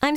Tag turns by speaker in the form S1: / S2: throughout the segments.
S1: I'm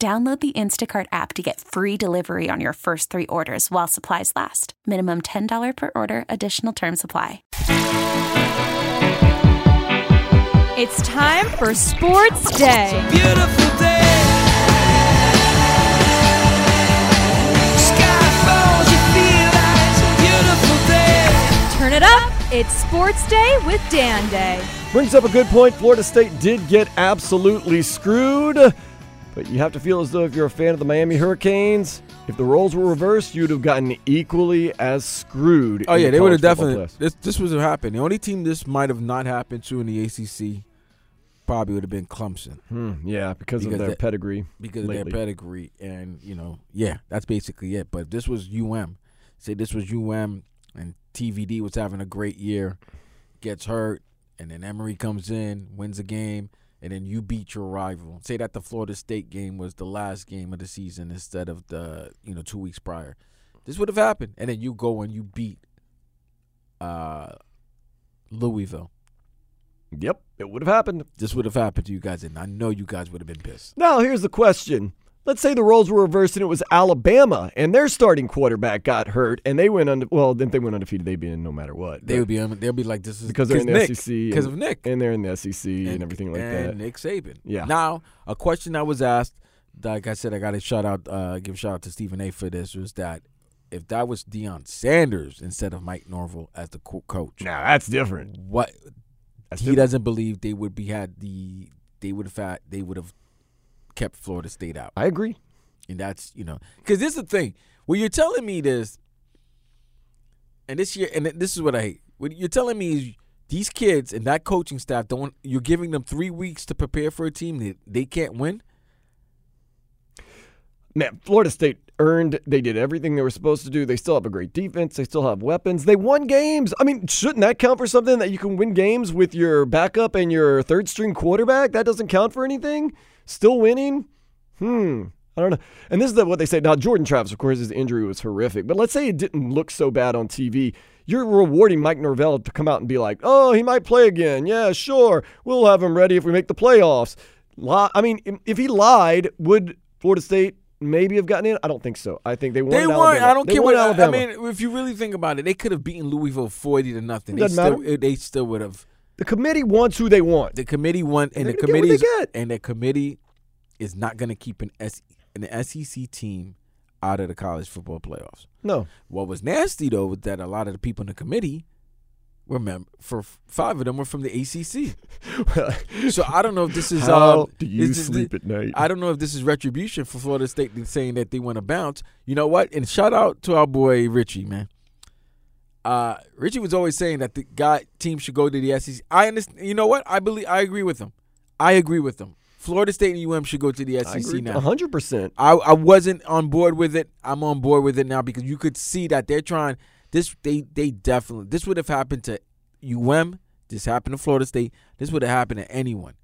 S2: Download the Instacart app to get free delivery on your first three orders while supplies last. Minimum $10 per order, additional term supply.
S3: It's time for Sports Day.
S4: Beautiful day. Sky falls, you feel like it's a beautiful day.
S3: Turn it up. It's Sports Day with Dan Day.
S5: Brings up a good point. Florida State did get absolutely screwed, but you have to feel as though if you're a fan of the Miami Hurricanes, if the roles were reversed, you'd have gotten equally as screwed.
S6: Oh
S5: in
S6: yeah,
S5: the
S6: they would have
S5: college football
S6: definitely.
S5: playoffs.
S6: This this was happened. The only team this might have not happened to in the ACC probably would have been Clemson
S5: Hmm, yeah, because, of
S6: Because
S5: their
S6: that-
S5: pedigree.
S6: because of
S5: Lately.
S6: their pedigree, and you know, yeah, that's basically it. But if this was UM. Say this was UM, and TVD was having a great year, gets hurt, and then Emory comes in, wins a game, and then you beat your rival. Say that the Florida State game was the last game of the season instead of the you know two weeks prior. This would have happened, and then you go and you beat uh, Louisville.
S5: Yep, it would have happened.
S6: This would have happened to you guys, and I know you guys would have been pissed.
S5: Now, here's the question. Let's say the roles were reversed and it was Alabama and their starting quarterback got hurt and they went under. Well, if they went undefeated, they'd be in no matter what.
S6: They would be, they'll be like, "This is
S5: because they're in the
S6: Nick,
S5: SEC and-
S6: because of Nick."
S5: and they're in the SEC and, everything like that.
S6: And Nick Saban.
S5: Yeah.
S6: Now, a question that was asked, like I said, I got to shout out, uh, give a shout out to Stephen A. for this, was that if that was Deion Sanders instead of Mike Norville as the co- coach,
S5: Now that's different.
S6: what
S5: That's
S6: he
S5: different.
S6: doesn't believe they would be had the they would have had they would have kept Florida State out,
S5: I agree.
S6: and that's you know because this is the thing when you're telling me this, and this year and this is what I hate. What you're telling me is these kids and that coaching staff don't. You're giving them three weeks to prepare for a team that they can't win.
S5: Man, Florida State earned. They did everything they were supposed to do. They still have a great defense. They still have weapons. They won games. I mean, shouldn't that count for something that you can win games with your backup and your third string quarterback? That doesn't count for anything. Still winning. Hmm. I don't know. And this is the, what they say. Now, Jordan Travis, of course, his injury was horrific. But let's say it didn't look so bad on TV. You're rewarding Mike Norvell to come out and be like, oh, he might play again. Yeah, sure. We'll have him ready if we make the playoffs. Li- I mean, if- if he lied, would Florida State maybe have gotten in? I don't think so. I think they won.
S6: They weren't. I don't care what. I- I
S5: Alabama.
S6: mean, if you really think about it, they could have beaten Louisville forty to nothing. They
S5: Doesn't
S6: still,
S5: matter.
S6: they still would have.
S5: the committee wants who they want.
S6: the committee won, and,
S5: they're
S6: the
S5: gonna get what they
S6: committee is-
S5: get.
S6: and the committee is not going to keep an S an SEC team out of the college football playoffs.
S5: no.
S6: What was nasty though was that a lot of the people in the committee, remember, for f- five of them were from the ACC. So I don't know if this is
S5: How
S6: um,
S5: do you
S6: this is-
S5: sleep at night?
S6: I don't know if this is retribution for Florida State that's saying that they want to bounce. You know what? And shout out to our boy Richie, man. Uh, Richie was always saying that the guy team should go to the SEC. I understand. You know what? I believe I agree with him. I agree with him. Florida State and UM should go to the
S5: I
S6: SEC
S5: agree.
S6: now.
S5: 100%.
S6: I, I wasn't on board with it. I'm on board with it now because you could see that they're trying this they they definitely this would have happened to UM, this happened to Florida State, this would have happened to anyone.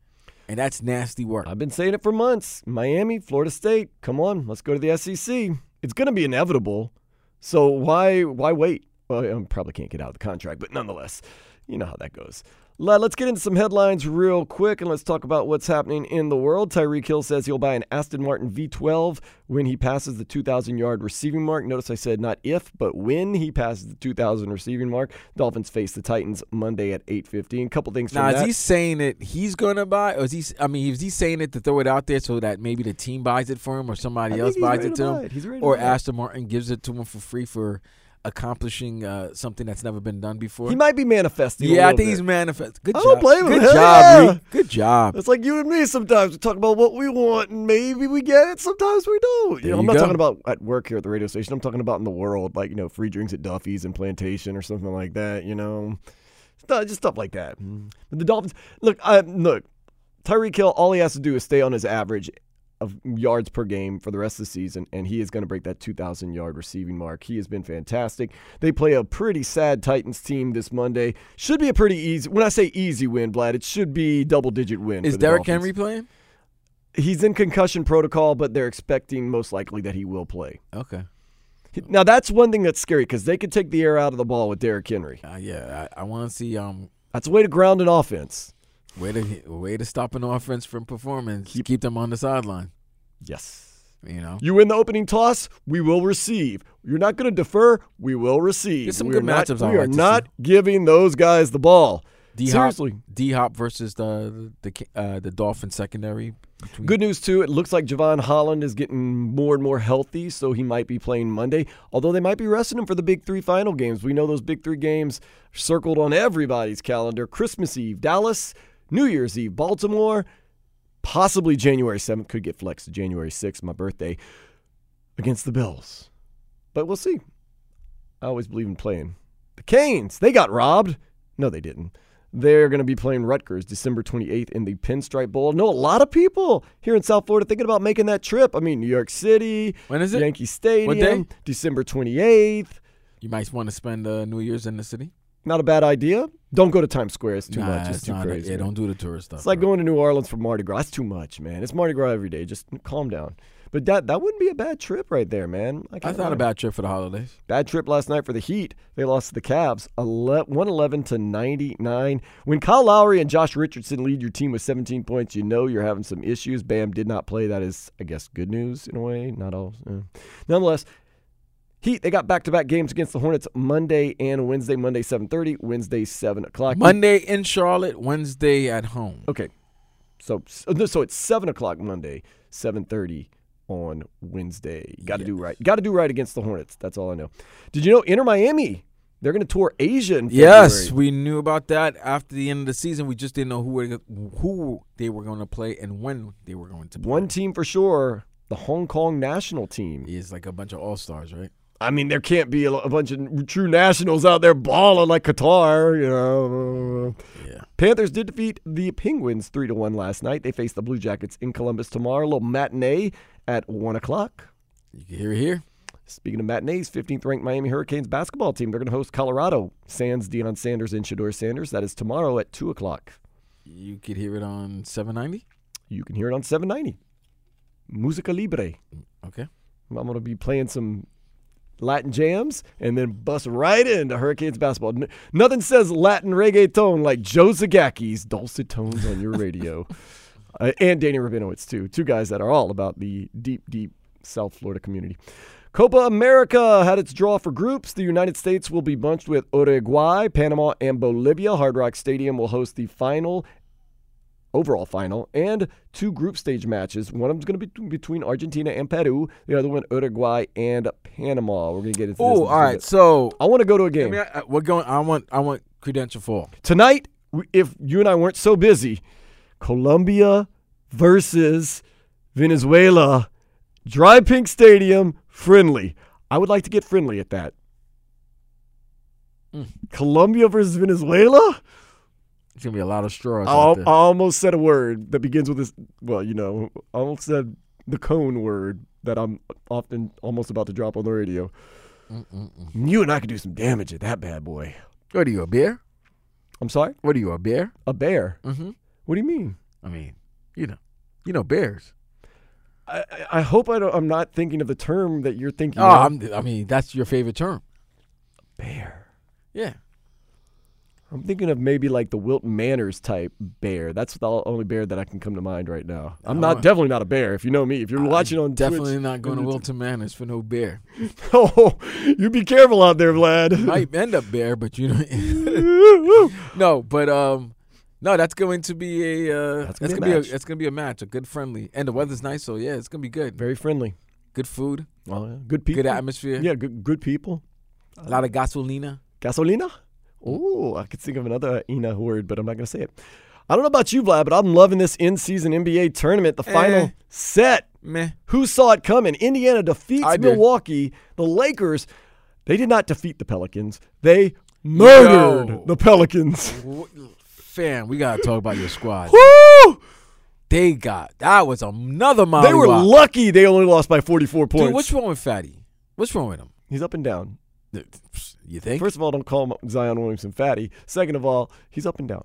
S6: And that's nasty work.
S5: I've been saying it for months. Miami, Florida State, come on, let's go to the SEC. It's going to be inevitable. So why why wait? Well, I probably can't get out of the contract, but nonetheless, you know how that goes. Lad, let's get into some headlines real quick and let's talk about what's happening in the world. Tyreek Hill says he'll buy an Aston Martin V12 when he passes the 2,000 yard receiving mark. Notice I said not if, but when he passes the 2,000 receiving mark. Dolphins face the Titans Monday at 8:15. Couple things from
S6: Now is
S5: that.
S6: he saying that he's gonna buy, or is he? s- I mean, is he saying it to throw it out there so that maybe the team buys it for him, or somebody
S5: I think
S6: else
S5: he's
S6: buys
S5: ready
S6: it
S5: to
S6: to
S5: buy
S6: him,
S5: it. He's ready to
S6: or
S5: buy it.
S6: Aston Martin gives it to him for free for accomplishing uh, something that's never been done before?
S5: He might be manifesting. a
S6: yeah, I
S5: little
S6: think
S5: bit.
S6: he's manifest. Good
S5: I
S6: job.
S5: don't blame him.
S6: Good
S5: Hell
S6: job,
S5: yeah.
S6: Reed. Good job.
S5: It's like you and me sometimes. We talk about what we want, and maybe we get it. Sometimes we don't. You
S6: There
S5: know, I'm
S6: you
S5: not
S6: go.
S5: talking about at work here at the radio station. I'm talking about in the world, like you know, free drinks at Duffy's and Plantation or something like that. You know, Stuff- just stuff like that. Mm. But the Dolphins, look, I, look, Tyreek Hill. All he has to do is stay on his average of yards per game for the rest of the season, and he is going to break that 2,000 yard receiving mark. He has been fantastic. They play a pretty sad Titans team this Monday. Should be a pretty easy. When I say easy win, Vlad, it should be double digit win.
S6: Is
S5: for the
S6: Derrick
S5: Dolphins.
S6: Henry playing?
S5: He's in concussion protocol, but they're expecting most likely that he will play.
S6: Okay.
S5: Now that's one thing that's scary because they could take the air out of the ball with Derrick Henry.
S6: Uh, yeah, I, I want to see um
S5: That's a way to ground an offense.
S6: way to way to stop an offense from performing.
S5: Keep-
S6: Keep, them on the sideline.
S5: Yes.
S6: You know,
S5: You win the opening toss, we will receive. You're not going to defer, we will receive.
S6: There's some
S5: we
S6: good
S5: are not,
S6: matchups I
S5: We are
S6: like to
S5: not
S6: see. Mm-hmm.
S5: giving those guys the ball.
S6: D Hop
S5: Seriously.
S6: D Hop versus the the Ki- uh, the Dolphin secondary. between-
S5: Good news too. It looks like Javon Holland is getting more and more healthy, so he might be playing Monday. Although they might be resting him for the big three final games. We know those big three games are circled on everybody's calendar: Christmas Eve, Dallas; New Year's Eve, Baltimore. Possibly January seventh could get flexed to January sixth, my birthday, against the Bills. But we'll see. I always believe in playing. The Canes, they got robbed. No, they didn't. They're going to be playing Rutgers December 28th in the Pinstripe Bowl. I know a lot of people here in South Florida thinking about making that trip. I mean, New York City,
S6: When is it?
S5: Yankee Stadium, December 28th.
S6: You might want to spend uh, New Year's in the city.
S5: Not a bad idea. Don't go to Times Square. It's too
S6: Nah,
S5: much. It's, too
S6: not-
S5: crazy.
S6: Yeah, don't do the tourist stuff.
S5: It's like
S6: bro.
S5: going to New Orleans for Mardi Gras. That's too much, man. It's Mardi Gras every day. Just calm down. But that that wouldn't be a bad trip right there, man. I
S6: That's
S5: kinda
S6: not a
S5: like it.
S6: bad trip for the holidays.
S5: Bad trip last night for the Heat. They lost to the Cavs, ele- 111 to 99. When Kyle Lowry and Josh Richardson lead your team with 17 points, you know you're having some issues. Bam did not play. That is, I guess, good news in a way. Not all. eh. Nonetheless, Heat they got back-to-back games against the Hornets Monday and Wednesday. Monday 7:30, Wednesday 7 o'clock.
S6: Monday in Charlotte, Wednesday at home.
S5: Okay, so uh, so it's seven o'clock Monday, 7:30 on Wednesday. Got to do right. Got to do right against the Hornets. That's all I know. Did you know Inter Miami? They're going to tour Asia in
S6: Yes,
S5: February.
S6: we knew about that after the end of the season. We just didn't know who were, who they were going to play and when they were going to play.
S5: One team for sure, the Hong Kong national team.
S6: is like a bunch of all stars, right?
S5: I mean, there can't be a, a bunch of true nationals out there balling like Qatar, you know.
S6: Yeah.
S5: Panthers did defeat the Penguins three to one last night. They face the Blue Jackets in Columbus tomorrow. A little matinee at one o'clock.
S6: You can hear it here.
S5: Speaking of matinees, 15th ranked Miami Hurricanes basketball team. They're going to host Colorado. Sans Deion Sanders and Shador Sanders. That is tomorrow at 2 o'clock.
S6: You could hear it on 790.
S5: You can hear it on 790. Musica Libre.
S6: Okay.
S5: I'm going to be playing some Latin jams and then bust right into Hurricanes basketball. N- nothing says Latin reggaeton like Joe Zagaki's dulcet tones on your radio. Uh, and Danny Rabinowitz, too. Two guys that are all about the deep, deep South Florida community. Copa America had its draw for groups. The United States will be bunched with Uruguay, Panama, and Bolivia. Hard Rock Stadium will host the final overall final and two group stage matches. One of them's going to be between Argentina and Peru. The other one, Uruguay and Panama. We're going to get into. this in
S6: Oh,
S5: just
S6: all
S5: a
S6: right.
S5: bit.
S6: So
S5: I want to go to a game
S6: I mean, I- I- we're going. I want. I want credential fall.
S5: tonight. w- If you and I weren't so busy, Colombia versus Venezuela, Dry Pink Stadium, friendly. I would like to get friendly at that. Colombia versus Venezuela.
S6: It's gonna be a lot of straws.
S5: I,
S6: out
S5: al-
S6: there.
S5: I almost said a word that begins with this. Well, you know, I almost said the cone word that I'm often almost about to drop on the radio. You and I could do some damage at that bad boy.
S6: what are you a bear?
S5: I'm sorry,
S6: What are you a bear?
S5: a bear.
S6: Mm-hmm.
S5: What do you mean?
S6: I mean, you know, you know bears.
S5: I, I- I hope I don't, I'm not thinking of the term that you're thinking.
S6: Oh,
S5: of.
S6: I'm, I mean, that's your favorite term.
S5: bear.
S6: Yeah.
S5: I'm thinking of maybe like the Wilt Manners type bear. That's the only bear that I can come to mind right now. I'm not definitely not a bear. If you know me, if you're watching on
S6: Definitely
S5: Twitch,
S6: not going to Wilton Manors for no bear.
S5: Oh, you be careful out there, Vlad.
S6: Might end up bear, but you know, no. But um, no, that's going to be a uh,
S5: That's
S6: that's
S5: gonna be a
S6: gonna, be,
S5: match.
S6: a that's gonna be a match, a good friendly, and the weather's nice, so yeah, it's gonna be good.
S5: Very friendly.
S6: Good food,
S5: Well, yeah, good people.
S6: good atmosphere,
S5: Yeah, good, good people.
S6: a lot of gasolina.
S5: Gasolina? Oh, I could think of another Ina word, but I'm not going to say it. I don't know about you, Vlad, but I'm loving this in season NBA tournament, the final
S6: Eh.
S5: set.
S6: Meh.
S5: Who saw it coming? Indiana defeats
S6: I did.
S5: Milwaukee. The Lakers, they did not defeat the Pelicans. They murdered
S6: No.
S5: the Pelicans.
S6: Wh- Fam, we gotta talk about your squad.
S5: Woo!
S6: they got that was another mile.
S5: They were lucky they only lost by 44 points.
S6: Dude, what's wrong with Fatty? What's wrong with him?
S5: He's up and down.
S6: You think?
S5: First of all, don't call him Zion Williamson fatty. Second of all, he's up and down.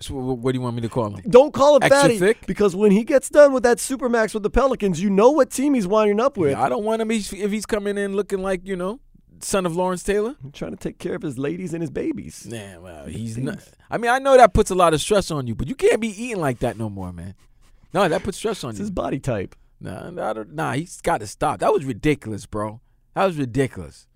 S6: So wh- what do you want me to call him?
S5: Don't call him
S6: Extra
S5: fatty
S6: thick?
S5: because when he gets done with that supermax with the Pelicans, you know what team he's winding up with.
S6: I don't want him if if he's coming in looking like you know, son of Lawrence Taylor.
S5: I'm trying to take care of his ladies and his babies.
S6: Nah, well, he's not. I mean, I know that puts a lot of stress on you, but you can't be eating like that no more, man. No, that puts stress on
S5: It's
S6: you.
S5: his body type.
S6: Nah, nah, I don't- nah, he's got to stop. That was ridiculous, bro. That was ridiculous.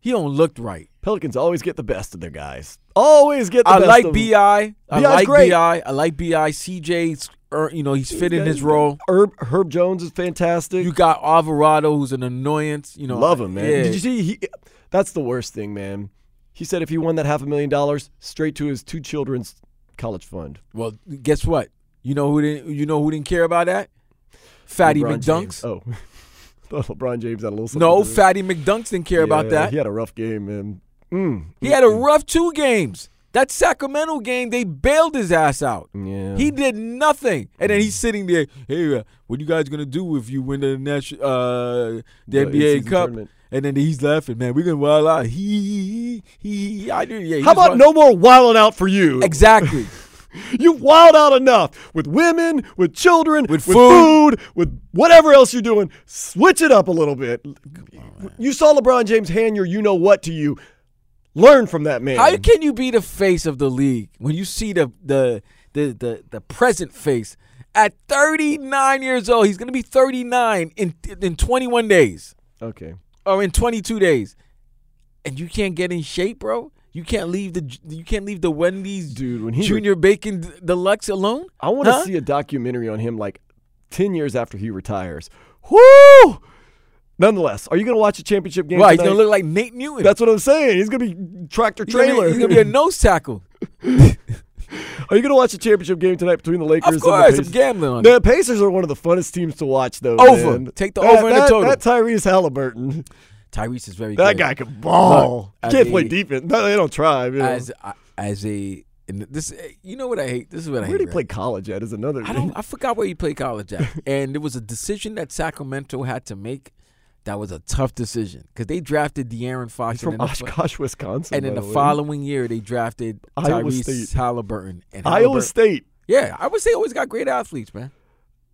S6: He don't look right.
S5: Pelicans always get the best of their guys. Always get the
S6: I
S5: best
S6: like
S5: of
S6: Bi.
S5: them.
S6: I
S5: B.I. 's
S6: like
S5: great.
S6: Bi. I like Bi. CJ's, er, you know, he's fitting his role.
S5: Herb, Herb Jones is fantastic.
S6: You got Alvarado, who's an annoyance. You know,
S5: Love him, man.
S6: yeah.
S5: Did you see? He, that's the worst thing, man. He said if he won that half a million dollars, straight to his two children's college fund.
S6: Well, guess what? You know who didn't? You know who didn't care about that? Fatty
S5: LeBron
S6: McDunks.
S5: James. Oh, thought LeBron James had a little. something
S6: No,
S5: to do.
S6: Fatty McDunks didn't care about
S5: Yeah,
S6: that.
S5: He had a rough game, man. Mm.
S6: He had a rough two games. That Sacramento game, they bailed his ass out.
S5: Yeah.
S6: He did nothing, and then he's sitting there. Hey, uh, what you guys gonna do if you win the national, uh,
S5: The
S6: the NBA
S5: in-season
S6: Cup?
S5: tournament.
S6: And then he's laughing, man. We're gonna wild out. He, he, he. I do. Yeah. he
S5: How
S6: was
S5: about
S6: wild-
S5: no more wilding out for you?
S6: Exactly.
S5: You wild out enough with women, with children,
S6: With
S5: food. with whatever else you're doing. Switch it up a little bit. you saw LeBron James hand your you know what to you. Learn from that man.
S6: How can you be the face of the league when you see the the the the, the present face at 39 years old? He's going to be 39 in in 21 days
S5: okay.
S6: or Oh, in 22 days, and you can't get in shape, bro. You can't leave the you can't leave the Wendy's
S5: Dude, when he re-
S6: Junior Bacon D- Deluxe alone.
S5: I want to
S6: Huh?
S5: see a documentary on him like 10 years after he retires. Whoo! Nonetheless, are you going to watch a championship game?
S6: Right, he's gonna
S5: tonight?
S6: look like Nate Newton.
S5: That's what I'm saying. He's going to be tractor
S6: He's gonna be-
S5: trailer.
S6: He's gonna be a nose tackle.
S5: Are you going to watch a championship game tonight between the Lakers
S6: Of
S5: and the
S6: course, I'm
S5: Pacers?
S6: gambling on
S5: The Pacers are one of the funnest teams to watch, though.
S6: Over.
S5: man.
S6: Take the
S5: That-
S6: over and the
S5: that-
S6: total.
S5: That Tyrese Halliburton,
S6: it. Tyrese is very
S5: that
S6: good.
S5: guy can ball.
S6: Look,
S5: Can't
S6: I
S5: play
S6: mean,
S5: defense. No, they don't try. Man.
S6: as I- as a and this eh, you know what I hate. This is what I
S5: Where
S6: hate.
S5: did he
S6: right?
S5: play college at? Is another.
S6: I
S5: thing.
S6: don't. I forgot where he played college at, and there was a decision that Sacramento had to make. That was a tough decision because they drafted De'Aaron Fox
S5: He's from
S6: and then the fo-
S5: Oshkosh, Wisconsin.
S6: and
S5: by
S6: then the
S5: way.
S6: following year they drafted
S5: Iowa
S6: Tyrese
S5: State.
S6: Halliburton. And
S5: Iowa
S6: Halliburton,
S5: State.
S6: yeah, I would say always got great athletes, man.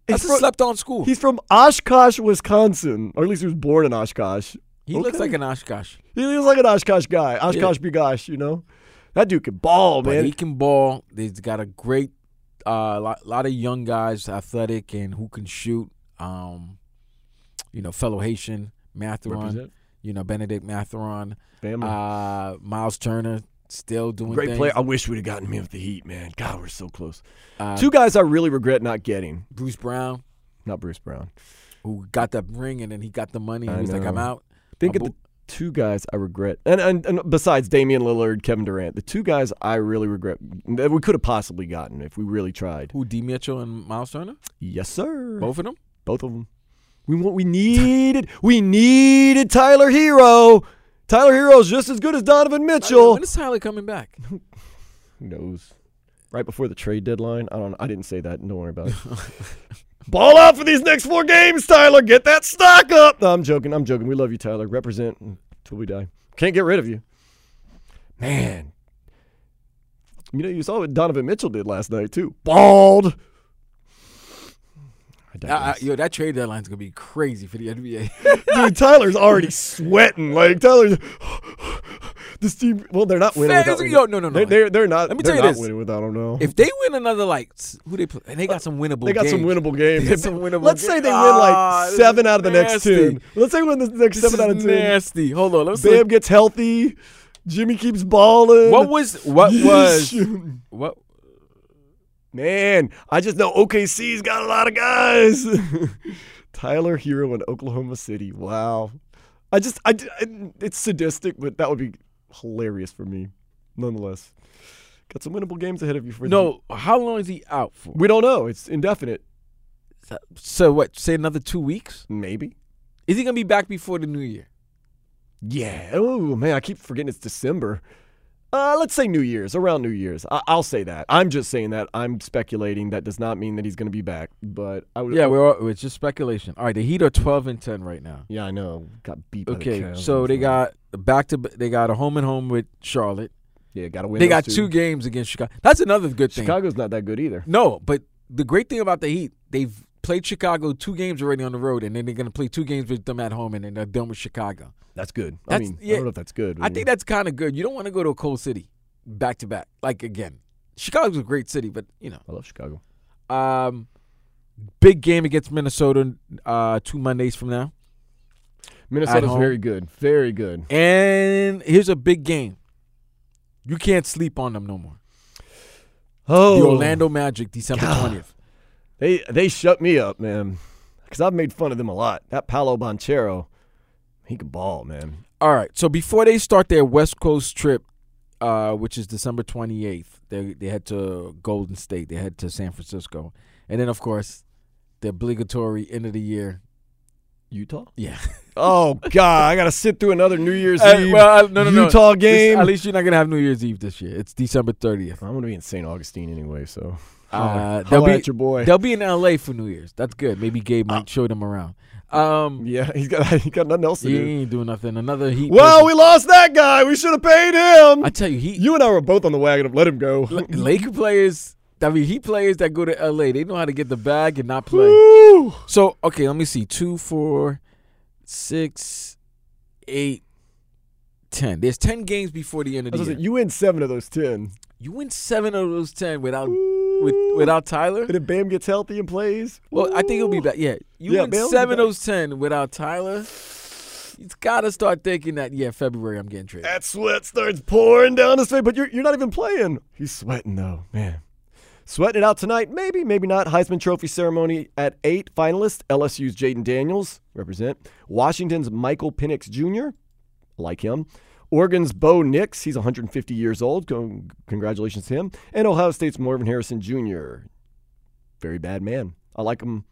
S6: That's
S5: He's
S6: a
S5: from-
S6: slept-on school.
S5: He's from Oshkosh, Wisconsin, or at least he was born in Oshkosh.
S6: He looks
S5: Okay.
S6: like an Oshkosh,
S5: He looks like an Oshkosh guy. Oshkosh be gosh, you know. That dude can ball, Oh,
S6: but
S5: man.
S6: he can ball. He's got a great, uh, lot, lot of young guys, athletic and who can shoot. Um, you know, fellow Haitian Matheron.
S5: Represent.
S6: You know, Benedict Matheron.
S5: Family.
S6: Uh, Miles Turner still doing
S5: Great
S6: things.
S5: player. I wish we'd have gotten him with the Heat, man. God, we're so close.
S6: Uh,
S5: Two guys I really regret not getting.
S6: Bruce Brown,
S5: Not Bruce Brown.
S6: who got that ring and then he got the money. He
S5: I
S6: was like, I'm
S5: know.
S6: out.
S5: Think
S6: My
S5: of the
S6: bo-
S5: two guys I regret, and, and and besides Damian Lillard, Kevin Durant, the two guys I really regret that we could have possibly gotten if we really tried.
S6: who D Mitchell and Miles Turner,
S5: Yes, sir.
S6: both of them.
S5: both of them. We want, we needed, we needed Tyler Hero. Tyler Hero's just as good as Donovan Mitchell.
S6: When is Tyler coming back?
S5: Who knows? Right before the trade deadline. I don't. I didn't say that. Don't worry about it. Ball out for these next four games, Tyler. Get that stock up. No, I'm joking. I'm joking. We love you, Tyler. Represent until we die. Can't get rid of you, man. You know, you saw what Donovan Mitchell did last night too. Bald. I
S6: I- I-
S5: digress.
S6: yo, that trade deadline's gonna be crazy for the NBA.
S5: Dude, Tyler's already sweating. Like Tyler's This team, well, they're not winning.
S6: Fans-
S5: without
S6: yo, no, no, no.
S5: They're, they're, they're not.
S6: Let me
S5: they're
S6: tell you
S5: not
S6: this.
S5: winning without him. No,
S6: If they win another, like s- who they play, and they got some winnable.
S5: they got some
S6: games.
S5: winnable games.
S6: They got some winnable
S5: Let's say
S6: games.
S5: they win
S6: Ah,
S5: like
S6: this
S5: seven
S6: is
S5: out of the next
S6: nasty.
S5: ten. Let's say we win the next
S6: This
S5: seven out of
S6: is
S5: ten.
S6: nasty. Hold on, let's
S5: Bam
S6: look.
S5: gets healthy. Jimmy keeps balling.
S6: What was what was what?
S5: Man, I just know OKC's got a lot of guys. Tyler Hero in Oklahoma City. Wow. I just, I, I- it's sadistic, but that would be hilarious for me, nonetheless. Got some winnable games ahead of you for them.
S6: No, how long is he out for?
S5: We don't know. It's indefinite.
S6: So what? Say another two weeks?
S5: Maybe.
S6: Is he gonna be back before the new year?
S5: Yeah. Oh man, I keep forgetting it's December. Uh, let's say New Year's, around New Year's. I- I'll say that. I'm just saying that. I'm speculating. That does not mean that he's going to be back. But I would.
S6: Yeah, we're all, it's just speculation. All right, the Heat are twelve and ten right now.
S5: Yeah, I know. Got beat. by the
S6: Okay,
S5: Cavs
S6: so
S5: last
S6: they
S5: night.
S6: got back to they got a home and home with Charlotte.
S5: Yeah, got to win.
S6: they
S5: those
S6: got two games against Chicago. That's another good thing.
S5: Chicago's not that good either.
S6: No, but the great thing about the Heat, they've played Chicago two games already on the road, and then they're going to play two games with them at home, and then they're done with Chicago.
S5: That's good. I
S6: That's-
S5: mean, I
S6: yeah.
S5: don't know if that's good.
S6: I think that's kind of good. You don't want to go to a cold city back to back, like again. Chicago's a great city, but you know,
S5: I love Chicago.
S6: um, big game against Minnesota uh, two Mondays from now,
S5: Minnesota's
S6: home.
S5: very good. Very good.
S6: and here's a big game. You can't sleep on them no more.
S5: Oh,
S6: The Orlando Magic, December twentieth.
S5: They they shut me up, man, because I've made fun of them a lot. That Paolo Banchero, he can ball, man.
S6: All right. So before they start their West Coast trip, uh, which is December 28th, they they head to Golden State. They head to San Francisco, and then of course the obligatory end of the year.
S5: Utah.
S6: Yeah.
S5: Oh God, I gotta sit through another New Year's
S6: Uh,
S5: Eve
S6: well, uh, no, no, no.
S5: Utah
S6: This-
S5: game.
S6: at least you're not gonna have New Year's Eve this year. It's December 30th.
S5: I'm gonna be in St. Augustine anyway, so
S6: Uh,
S5: holler,
S6: they'll
S5: holler
S6: be
S5: at your boy. Uh,
S6: They'll be in LA for New Year's. That's good. Maybe Gabe might show them around. Um,
S5: Yeah, he's got he got nothing else to
S6: he
S5: do.
S6: ain't doing nothing. Another heat.
S5: Well,
S6: person-
S5: we lost that guy. We should have paid him.
S6: I tell you, he
S5: you and I were both on the wagon of let him go.
S6: L- Laker players, I mean, he players that go to LA, they know how to get the bag and not play.
S5: Woo.
S6: so, okay, let me see. Two, four, six, eight, ten. There's ten games before the end of
S5: I
S6: the
S5: was
S6: year.
S5: like,
S6: You,
S5: you win seven of those ten.
S6: win seven of those ten without Um, with, without Tyler.
S5: And if Bam gets healthy and plays,
S6: Well, I think he'll be
S5: Ooh.
S6: back. Yeah, you
S5: Yeah,
S6: win
S5: Bale'll be
S6: seven
S5: back.
S6: of those ten without Tyler. He's got to start thinking that. Yeah, February, I'm getting traded.
S5: That sweat starts pouring down his face, but you're, you're not even playing. He's sweating, though, man. Sweating it out tonight, maybe, maybe not. Heisman Trophy ceremony at 8. Finalists, LSU's Jaden Daniels, represent. Washington's Michael Penix Jr., like him. Oregon's Bo Nix, he's 150 years old. Con- Congratulations to him. And Ohio State's Marvin Harrison Jr., very bad man. I like him.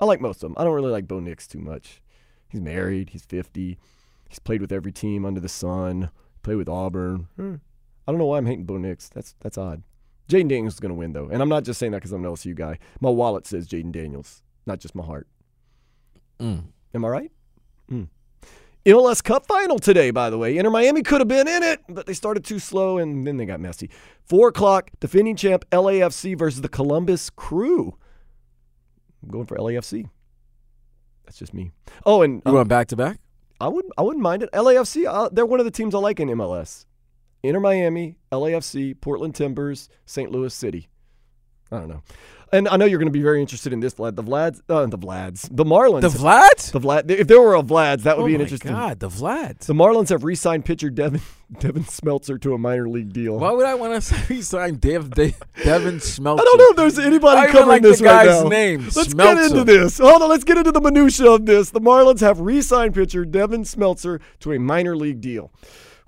S5: I like most of them. I don't really like Bo Nix too much. He's married. He's 50. He's played with every team under the sun. Played with Auburn. Hmm. I don't know why I'm hating Bo Nix. That's that's odd. Jaden Daniels is going to win though, and I'm not just saying that because I'm an LSU guy. My wallet says Jaden Daniels, not just my heart.
S6: Mm.
S5: Am I right? Mm. MLS Cup final today, by the way. Inter Miami could have been in it, but they started too slow and then they got messy. Four o'clock, defending champ LAFC versus the Columbus Crew. I'm going for LAFC. That's just me. Oh, and
S6: You
S5: uh,
S6: want back to back?
S5: I would I wouldn't mind it. LAFC, uh, they're one of the teams I like in MLS. Inter Miami, LAFC, Portland Timbers, St. Louis City. I don't know. And I know you're going to be very interested in this, Vlad. The Vlads, uh, the Vlads, the Marlins.
S6: The Vlad?
S5: The Vlad. If there were a Vlad's, that would
S6: oh
S5: be an
S6: my
S5: interesting.
S6: God, the Vlad.
S5: The Marlins have re-signed pitcher Devin Devin Smeltzer to a minor league deal.
S6: Why would I want to resign Dev, De- Devin Smeltzer?
S5: I don't know if there's anybody
S6: I even
S5: covering
S6: like
S5: this
S6: the
S5: right
S6: guy's
S5: now.
S6: name,
S5: Let's
S6: Smeltzer.
S5: get into this. Hold on, let's get into the minutia of this. The Marlins have re-signed pitcher Devin Smeltzer to a minor league deal.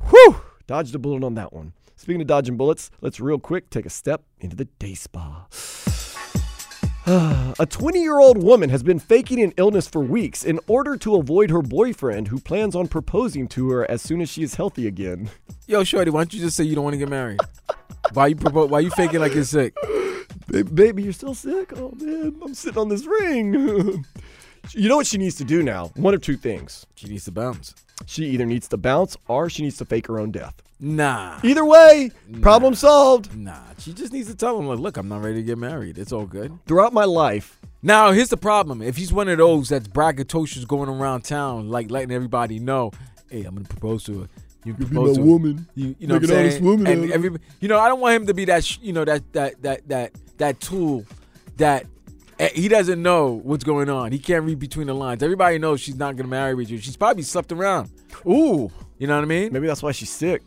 S5: Whew! Dodged a bullet on that one. Speaking of dodging bullets, let's real quick take a step into the day spa. A 20 year old woman has been faking an illness for weeks in order to avoid her boyfriend who plans on proposing to her as soon as she is healthy again.
S6: Yo, Shorty, why don't you just say you don't want to get married? why you propo- Why you faking like you're sick?
S5: Ba- Baby, you're still sick? Oh man, I'm sitting on this ring. you know what she needs to do now? One of two things.
S6: She needs to bounce.
S5: She either needs to bounce or she needs to fake her own death.
S6: Nah,
S5: Either way, problem solved.
S6: nah. She just needs to tell him like, look, I'm not ready to get married. It's all good.
S5: Throughout my life,
S6: Now here's the problem: if he's one of those that's braggadocious going around town, like letting everybody know, hey, I'm gonna propose to her. You
S5: be
S6: propose
S5: my
S6: to-
S5: woman.
S6: You, you know
S5: Make
S6: what I'm
S5: an honest
S6: saying?
S5: woman out
S6: and
S5: of
S6: every, you know, I don't want him to be that sh- you know that that that that that tool that eh, he doesn't know what's going on. He can't read between the lines. Everybody knows she's not going to marry with you. She's probably slept around.
S5: Ooh,
S6: You know what I mean?
S5: maybe that's why she's sick.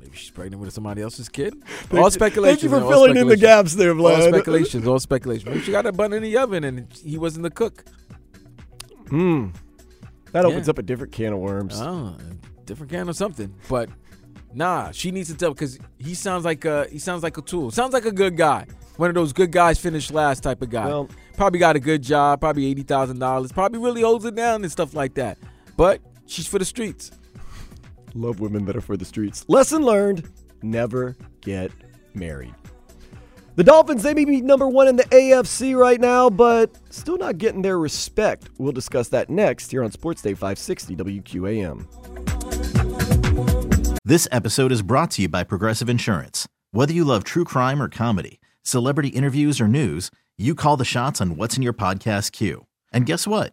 S6: Maybe she's pregnant with somebody else's kid.
S5: you-
S6: all speculation.
S5: Thank you for
S6: man, all
S5: filling in the
S6: speculation.
S5: gaps there,
S6: All
S5: Vlad.
S6: speculations. All speculation. Maybe she got a bun in the oven and he wasn't the cook.
S5: Hmm. That opens
S6: Yeah.
S5: up a different can of worms.
S6: Oh, a different can or something. But nah, she needs to tell because he sounds like a he sounds like a tool. Sounds like a good guy. One of those good guys finish last type of guy.
S5: Well-
S6: probably got a good job, probably eighty thousand dollars, probably really holds it down and stuff like that. But she's for the streets.
S5: Love women that are for the streets. Lesson learned never get married. The Dolphins, they may be number one in the AFC right now, but still not getting their respect. We'll discuss that next here on Sports Day 560 WQAM.
S7: This episode is brought to you by Progressive Insurance. Whether you love true crime or comedy, celebrity interviews or news, you call the shots on what's in your podcast queue. And guess what?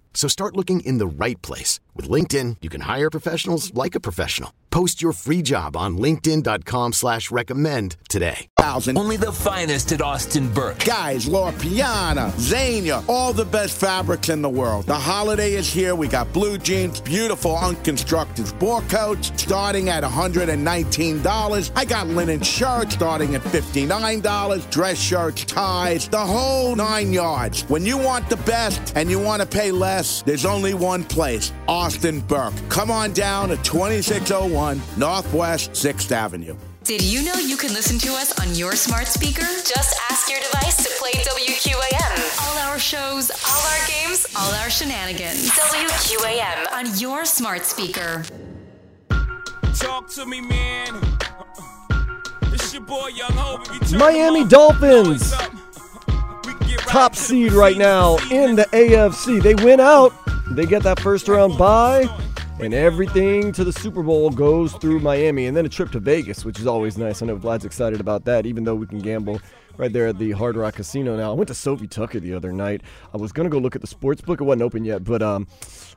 S8: So start looking in the right place. With LinkedIn, you can hire professionals like a professional. Post your free job on linkedin.com/recommend slash recommend today.
S4: Only the finest at Austin Burke.
S9: Guys, Laura Piana, Zania, all the best fabrics in the world. The holiday is here. We got blue jeans, beautiful unconstructed sport coats starting at $119. I got linen shirts starting at $59, dress shirts, ties, the whole nine yards. When you want the best and you want to pay less, there's only one place Austin Burke. Come on down to 2601 Northwest 6th Avenue.
S10: Did you know you can listen to us on your smart speaker? Just ask your device to play WQAM. All our shows, all our games, all our shenanigans. WQAM on your smart speaker.
S4: Talk to me, man. It's your boy, Young Hope. If you turn
S5: Miami
S4: the
S5: Dolphins.
S4: motherfuckers up, we can get right
S5: Top
S4: to the
S5: seed
S4: receipts
S5: right now
S4: this
S5: in
S4: evening.
S5: the AFC. They win out, they get that first round bye, and everything to the Super Bowl goes through Miami and then a trip to Vegas, which is always nice. I know Vlad's excited about that, even though we can gamble right there at the Hard Rock Casino now. I went to Sophie Tucker the other night. I was going to go look at the sports book. It wasn't open yet, but um,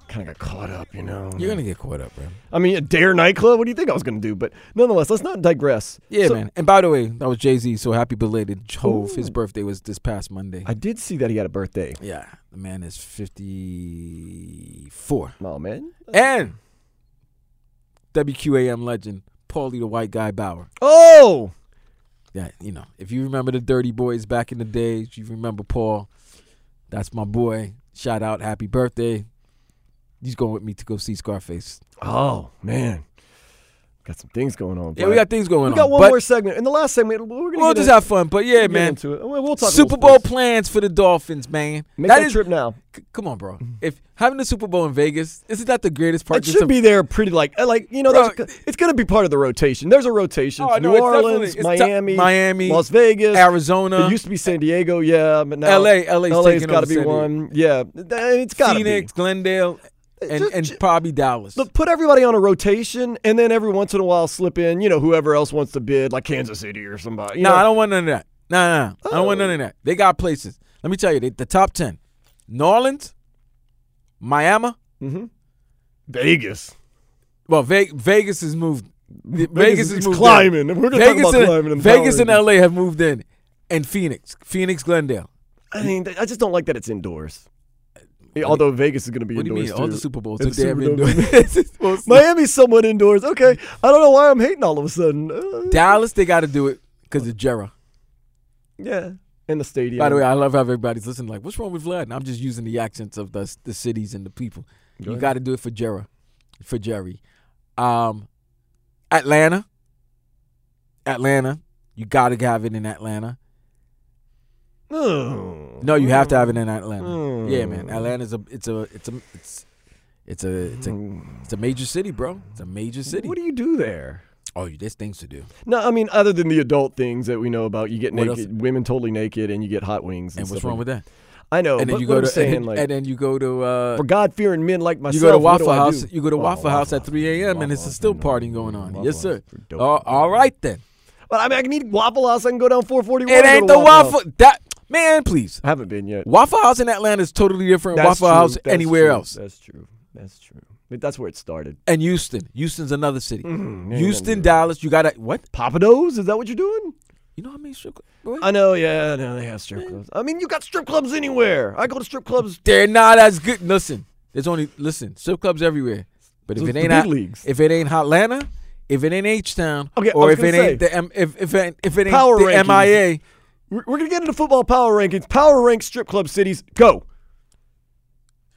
S5: kind of got caught up, you know.
S6: Oh, You're gonna get caught up, bro.
S5: I mean, a Dare nightclub? What do you think I was going to do? But nonetheless, let's not digress.
S6: Yeah,
S5: So-
S6: man. And by the way, that was Jay Z. So happy belated Hove. His birthday was this past Monday.
S5: I did see that he had a birthday.
S6: yeah, the man is 54.
S5: Oh, man.
S6: And WQAM legend Paulie the White Guy Bauer.
S5: Oh!
S6: Yeah, you know, if you remember the Dirty Boys back in the days, you remember Paul. That's my boy. Shout out, happy birthday. He's going with me to go see Scarface.
S5: Oh man, got some things going on.
S6: Yeah, we
S5: Brad.
S6: got things going
S5: We
S6: on.
S5: got one
S6: but
S5: more segment. In the last segment, we're gonna
S6: We'll
S5: get
S6: just
S5: in-
S6: have fun. But yeah,
S5: get
S6: man.
S5: into it. We'll- we'll talk
S6: Super
S5: old
S6: Bowl
S5: sports.
S6: plans for the Dolphins, man.
S5: Make
S6: That
S5: that
S6: is-
S5: trip now.
S6: C- come on, bro. If having the Super Bowl in Vegas, isn't that the greatest part?
S5: It should be there pretty like uh, like you know
S6: Bro,
S5: there's, it's gonna be part of the rotation. There's a rotation.
S6: Oh,
S5: It's
S6: no,
S5: New
S6: it's definitely-
S5: Orleans,
S6: it's de-
S5: Miami,
S6: Miami,
S5: Las Vegas,
S6: Arizona.
S5: It used to be San Diego, yeah, but now
S6: LA 's
S5: LA's
S6: taking
S5: got to
S6: over
S5: be
S6: San Diego.
S5: one. Yeah, th- it's got to be.
S6: Phoenix, Glendale, and,
S5: Just-
S6: and probably Dallas.
S5: Look, put everybody on a rotation, and then every once in a while slip in, you know, whoever else wants to bid, like Kansas City or somebody. you
S6: no,
S5: know.
S6: I don't want none of that. No, no, no. I don't want none of
S5: Oh.
S6: that. They got places. Let me tell you, they, the top ten: New Orleans, Miami,
S5: Mm-hmm. Vegas.
S6: Well, Ve- Vegas has moved. Vegas,
S5: Vegas
S6: has
S5: is
S6: moved
S5: climbing.
S6: In.
S5: We're gonna
S6: Vegas
S5: talk about
S6: and,
S5: climbing and
S6: Vegas
S5: power
S6: and LA have moved in, and Phoenix, Phoenix Glendale.
S5: I mean, I just don't like that it's indoors. Yeah, Although Vegas is going to be
S6: what do you
S5: indoors.
S6: mean? All
S5: too.
S6: the Super Bowls
S5: And
S6: are damn
S5: Superdome-
S6: indoors. It's supposed to-
S5: Miami's somewhat indoors. Okay. I don't know why I'm hating all of a sudden. Uh,
S6: Dallas, they got to do it because of Jera.
S5: yeah. In the stadium.
S6: By the way, I love how everybody's listening. Like, what's wrong with Vlad? And I'm just using the accents of the the cities and the people.
S5: Go
S6: you
S5: ahead.
S6: got to do it for Jera, for Jerry. Um, Atlanta, Atlanta, you got to have it in Atlanta.
S5: Oh.
S6: No, you have to have it in Atlanta.
S5: Mm.
S6: Yeah, man, Atlanta's a it's a it's a it's it's a it's a it's a major city, bro. It's a major city.
S5: Hmm. Mm. What do you do there?
S6: Oh, you there's things to do.
S5: No, I mean, other than the adult things that we know about, you get
S6: What
S5: naked, women totally naked, and you get hot wings. And,
S6: And what's
S5: stuff
S6: wrong
S5: like-
S6: with that?
S5: I know.
S6: and
S5: Oh, but
S6: then you
S5: what
S6: go
S5: I'm
S6: to
S5: saying,
S6: and,
S5: like,
S6: and then you go to uh,
S5: for God fearing men like myself,
S6: you go to
S5: what do
S6: Waffle
S5: I
S6: House.
S5: do?
S6: You go to
S5: Oh,
S6: Waffle House at 3 a.m. and it's still partying going on. yes, sir.
S5: dope.
S6: Oh, all right then.
S5: But I mean, I can eat Waffle House. I can go down 441.
S6: It
S5: and go
S6: ain't
S5: to
S6: the
S5: Waffle.
S6: Waffle. That man, please.
S5: I haven't been yet.
S6: Waffle House in Atlanta is totally different.
S5: That's
S6: Waffle
S5: true,
S6: House
S5: that's
S6: anywhere
S5: true,
S6: else.
S5: That's true. That's true. But that's where it started.
S6: And Houston. Houston's another city.
S5: Mm, yeah,
S6: Houston,
S5: yeah.
S6: Dallas. You gotta what?
S5: Papados? Is that what you're doing?
S6: You know how many strip clubs?
S5: I know. Yeah, no, they have strip clubs. I mean, you got strip clubs anywhere. I go to strip clubs.
S6: They're not as good. Listen, there's only listen strip clubs everywhere. But if
S5: So
S6: it
S5: it's the
S6: ain't
S5: big
S6: At-
S5: leagues.
S6: if it ain't Atlanta, if it ain't H Town,
S5: Okay, I
S6: or
S5: was
S6: if it
S5: gonna
S6: ain't
S5: say.
S6: the M- if if it, if it ain't
S5: Power
S6: the
S5: rankings.
S6: MIA,
S5: We're, we're gonna get into football power rankings. Power rank strip club cities. Go.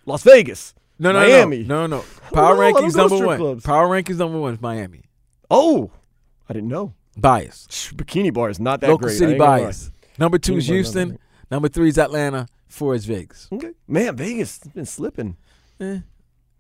S5: Las Vegas.
S6: no, no,
S5: Miami.
S6: no, no, no. Power
S5: Well, I don't
S6: rankings
S5: go to
S6: number
S5: strip
S6: one.
S5: clubs.
S6: Power rankings number one is Miami.
S5: Oh, I didn't know.
S6: Bias.
S5: Bikini bar is not that
S6: Local
S5: great. I
S6: city
S5: ain't gonna lie.
S6: bias. Number two is
S5: Anybody know
S6: Houston. Number three is Atlanta. Four is Vegas.
S5: Okay. Man, Vegas has been slipping.
S6: Eh.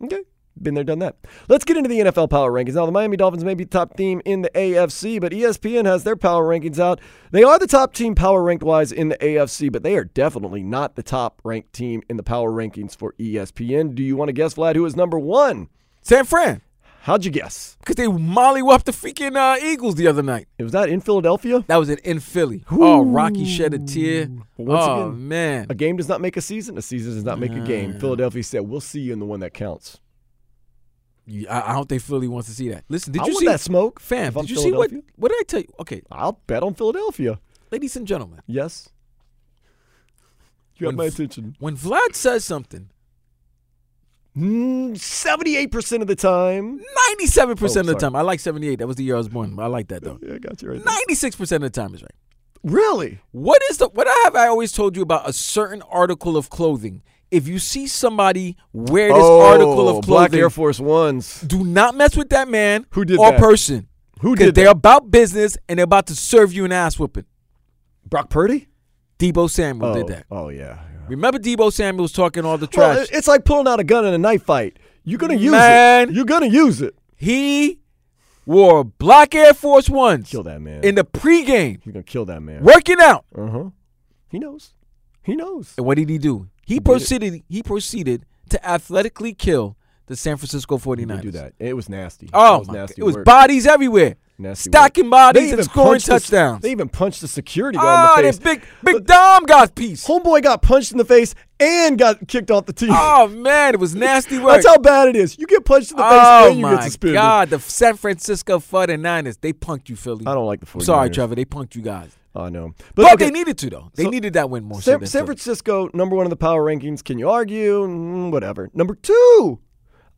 S5: Okay. Been there, done that. Let's get into the NFL power rankings. Now, the Miami Dolphins may be the top team in the AFC, but E ESPN has their power rankings out. They are the top team power ranked wise in the AFC, but they are definitely not the top ranked team in the power rankings for E ESPN. Do you want to guess, Vlad, who is number one?
S6: San Fran,
S5: How'd you guess?
S6: because they mollywhopped the freaking uh, Eagles the other night.
S5: It was that in Philadelphia?
S6: That was it in Philly. Oh, Rocky shed a tear.
S5: Once
S6: oh
S5: again,
S6: man,
S5: A game does not make a season. A season does not make a game. Philadelphia said, "We'll see you in the one that counts."
S6: You- I, I don't think Philly wants to see that. Listen, did
S5: I
S6: you
S5: want
S6: see
S5: that smoke,
S6: fam?
S5: if I'm
S6: Did you see what?
S5: Philadelphia.
S6: What did I tell you? Okay,
S5: I'll bet on Philadelphia.
S6: ladies and gentlemen,
S5: Yes, you have
S6: When
S5: my
S6: f-
S5: attention.
S6: when Vlad says something,
S5: Mm, Seventy-eight percent of the time.
S6: ninety-seven percent
S5: Oh,
S6: of the
S5: sorry.
S6: time, I like seventy-eight. That was the year I was born. but I like that though.
S5: Yeah, I got you right. there.
S6: Ninety-six percent of the time is right.
S5: Really?
S6: What is the? What I have I always told you about a certain article of clothing. If you see somebody wear this article of
S5: Oh, Black
S6: clothing,
S5: Air Force Ones.
S6: do not mess with that man
S5: Who did
S6: or
S5: that?
S6: person.
S5: Who
S6: 'Cause
S5: did
S6: They're
S5: that?
S6: about business and they're about to serve you an ass whooping.
S5: Brock Purdy.
S6: Debo Samuel
S5: oh,
S6: did that.
S5: Oh yeah. yeah.
S6: Remember Debo Samuel was talking all the trash.
S5: Well, it- it's like pulling out a gun in a knife fight. You're gonna use
S6: Man.
S5: it. You're gonna use it.
S6: He wore black Air Force Ones
S5: Kill that man.
S6: in the pregame,
S5: You're gonna kill that man.
S6: working out.
S5: Uh huh. He knows. He knows.
S6: And what did he do? He
S5: did it.
S6: proceeded. He proceeded to athletically kill the San Francisco
S5: He did
S6: 49ers.
S5: do that. It was nasty.
S6: Oh,
S5: it was
S6: my God.
S5: nasty.
S6: it was
S5: work.
S6: bodies everywhere,
S5: Nasty
S6: stacking
S5: work. They
S6: bodies and
S5: even
S6: scoring
S5: punched the-
S6: touchdowns.
S5: they even punched the security guard
S6: Ah,
S5: in the
S6: this
S5: face.
S6: big big Dom got peace.
S5: Homeboy got punched in the face and got kicked off the team.
S6: Oh man, it was nasty work.
S5: That's how bad it is. You get punched in the face
S6: oh
S5: and you get
S6: my
S5: suspended.
S6: God, the San Francisco 49ers, they punked you, Philly.
S5: I don't like the
S6: I'm
S5: 49ers.
S6: sorry, Trevor, they punked you guys.
S5: I know.
S6: But,
S5: Oh, okay,
S6: they needed to though. They
S5: So-
S6: needed that win more. so
S5: San,
S6: than
S5: San
S6: Philly.
S5: Francisco, number one in the power rankings. Can you argue? Mm, whatever. Number two,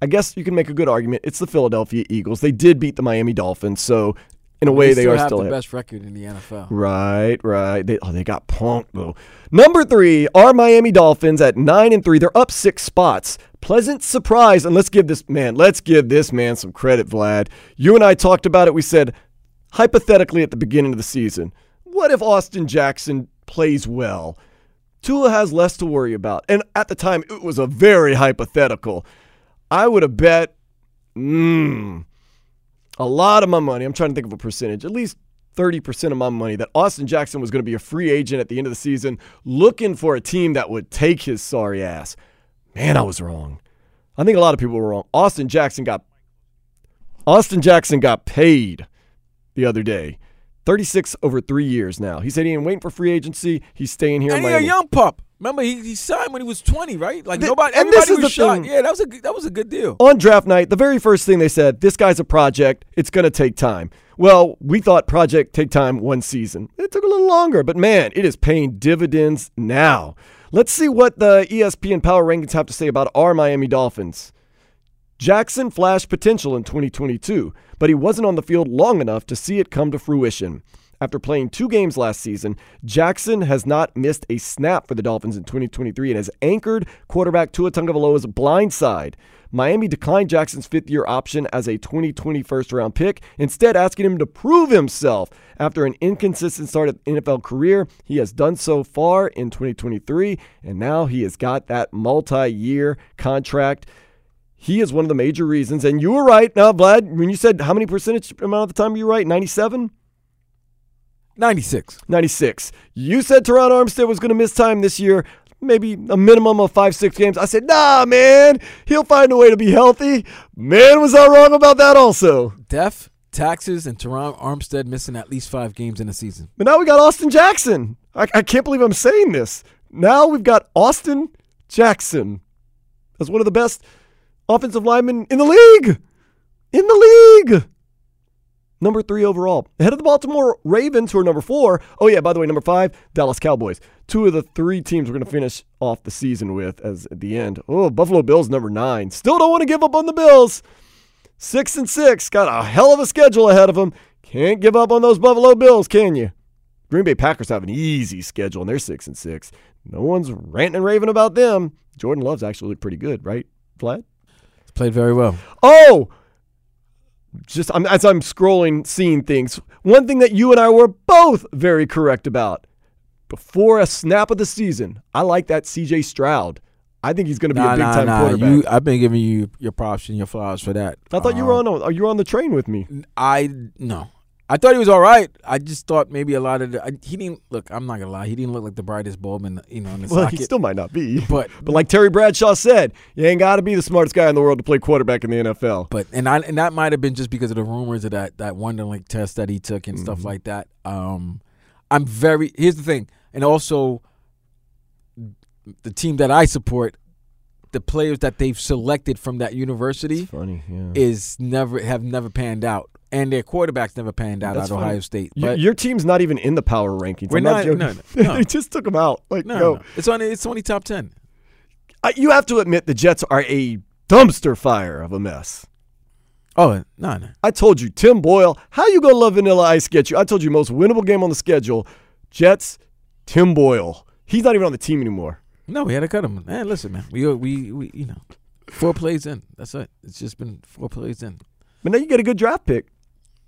S5: I guess you can make a good argument. It's the Philadelphia Eagles. They did beat the Miami Dolphins, so in a way they,
S6: still
S5: are
S6: have
S5: still
S6: the
S5: ahead.
S6: best record in the NFL.
S5: Right, right. They, oh, they got punked though. Number three are Miami Dolphins at nine and three. They're up six spots. Pleasant surprise, and let's give this man, let's give this man some credit, Vlad. You and I talked about it. We said hypothetically at the beginning of the season, what if Austin Jackson plays well? Tua has less to worry about, and at the time it was a very hypothetical. I would have bet, mmm, a lot of my money, I'm trying to think of a percentage, at least 30% of my money, that Austin Jackson was going to be a free agent at the end of the season looking for a team that would take his sorry ass. Man, I was wrong. I think a lot of people were wrong. Austin Jackson got Austin Jackson got paid the other day. 36 over three years now. He said he ain't waiting for free agency. He's staying here in
S6: And he a
S5: Miami.
S6: young pup. Remember, he, he signed when he was 20, right? Like
S5: Th-
S6: nobody,
S5: and this
S6: everybody
S5: is
S6: was
S5: the
S6: shot.
S5: thing-
S6: Yeah, that was a good- that was a good deal.
S5: On draft night, the very first thing they said, this guy's a project. It's going to take time. Well, we thought project take time one season. It took a little longer, but man, it is paying dividends now. Let's see what the E ESPN Power Rankings have to say about our Miami Dolphins. Jackson flashed potential in 2022, but he wasn't on the field long enough to see it come to fruition. After playing two games last season, Jackson has not missed a snap for the Dolphins in 2023 and has anchored quarterback Tua Tagovailoa's blind side. Miami declined Jackson's fifth-year option as a 2020 first-round pick, instead asking him to prove himself. After an inconsistent start of NFL career, he has done so far in 2023, and now he has got that multi-year contract he is one of the major reasons. And you were right now, Vlad, when you said how many percentage amount of the time you were right? 97?
S6: 96.
S5: 96. You said Teron Armstead was going to miss time this year, maybe a minimum of five, six games. I said, nah, man, he'll find a way to be healthy. Man, was I wrong about that also.
S6: Death, taxes, and Teron Armstead missing at least five games in a season.
S5: But now we got Austin Jackson. I, I can't believe I'm saying this. Now we've got Austin Jackson as one of the best offensive linemen in the league. In the league. Number three overall. Ahead of the Baltimore Ravens, who are number four. Oh, yeah, by the way, number five, Dallas Cowboys. Two of the three teams we're going to finish off the season with as at the end. Oh, Buffalo Bills, number nine. Still don't want to give up on the Bills. Six and six. Got a hell of a schedule ahead of them. Can't give up on those Buffalo Bills, can you? Green Bay Packers have an easy schedule, and they're six and six. No one's ranting and raving about them. Jordan Love's actually looked pretty good, right, Vlad?
S6: Played very well.
S5: Oh, just I'm, as I'm scrolling, seeing things. One thing that you and I were both very correct about before a snap of the season, I like that C.J. Stroud. I think he's going to be a big time quarterback.
S6: You, I've been giving you your props and your flowers for that.
S5: I
S6: Um,
S5: thought you were on. Are you were on the train with me?
S6: I no. I thought he was all right. I just thought maybe a lot of the, I, he didn't look. I'm not gonna lie. He didn't look like the brightest bulb in the, you know in the
S5: Well,
S6: socket.
S5: he still might not be.
S6: But
S5: but like Terry Bradshaw said, you ain't got to be the smartest guy in the world to play quarterback in the NFL.
S6: But and I and that might have been just because of the rumors of that that Wonderlic test that he took and stuff like that. Um, I'm very. Here's the thing, and also the team that I support, the players that they've selected from that university,
S5: funny, yeah.
S6: is never have never panned out, and their quarterbacks never panned out
S5: That's
S6: at
S5: funny.
S6: Ohio State.
S5: Y- your team's not even in the power rankings.
S6: We're
S5: I'm
S6: not-
S5: joking.
S6: no, no, no.
S5: they just took him out. Like
S6: no,
S5: no,
S6: no, no. it's only it's only top ten.
S5: I, you have to admit the Jets are a dumpster fire of a mess.
S6: Oh no, no.
S5: I told you, Tim Boyle. How you gonna love Vanilla Ice get you? I told you most winnable game on the schedule, Jets. Tim Boyle. He's not even on the team anymore.
S6: No, we had to cut him. Man, listen, man, we we we you know, four plays in. That's it. It's just been four plays in.
S5: But now you get a good draft pick.